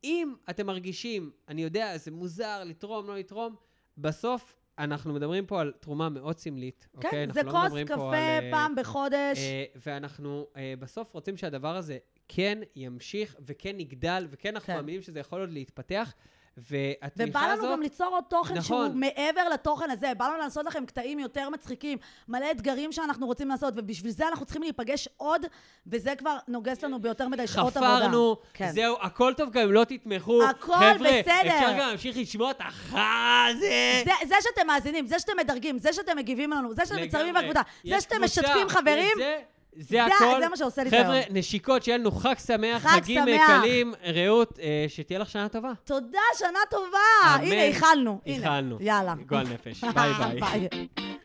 B: אם אתם מרגישים, אני יודע, זה מוזר לתרום, לא לתרום, בסוף אנחנו מדברים פה על תרומה מאוד סמלית, אוקיי?
A: כן,
B: אנחנו
A: זה
B: לא
A: כוס
B: מדברים פה על,
A: קפה
B: אה,
A: פעם בחודש.
B: אה, ואנחנו אה, בסוף רוצים שהדבר הזה כן ימשיך וכן יגדל, וכן אנחנו
A: כן.
B: מאמינים שזה יכול עוד להתפתח. והתמיכה
A: ובא לנו
B: הזאת...
A: גם ליצור עוד תוכן
B: נכון.
A: שהוא מעבר לתוכן הזה, בא לנו לעשות לכם קטעים יותר מצחיקים, מלא אתגרים שאנחנו רוצים לעשות, ובשביל זה אנחנו צריכים להיפגש עוד, וזה כבר נוגס לנו ביותר מדי שעות עבודה.
B: חפרנו,
A: כן.
B: זהו, הכל טוב גם אם לא תתמכו.
A: הכל בסדר.
B: חבר'ה, אפשר גם להמשיך לשמוע את החזה.
A: זה, זה שאתם מאזינים, זה שאתם מדרגים, זה שאתם מגיבים לנו, זה שאתם
B: לגמרי.
A: מצרבים בקבוצה, זה
B: יש
A: שאתם
B: קבוצה, כן,
A: משתפים חברים,
B: זה-
A: זה-
B: זה הכל.
A: זה מה שעושה לי את
B: חבר'ה,
A: היום.
B: נשיקות, שיהיה לנו חג שמח,
A: חג
B: חגים
A: שמח.
B: קלים. רעות, אה, שתהיה לך שנה טובה.
A: תודה, שנה טובה!
B: אמן.
A: הנה, איחלנו. הנה.
B: איחלנו.
A: יאללה.
B: גועל נפש. ביי ביי.
A: ביי.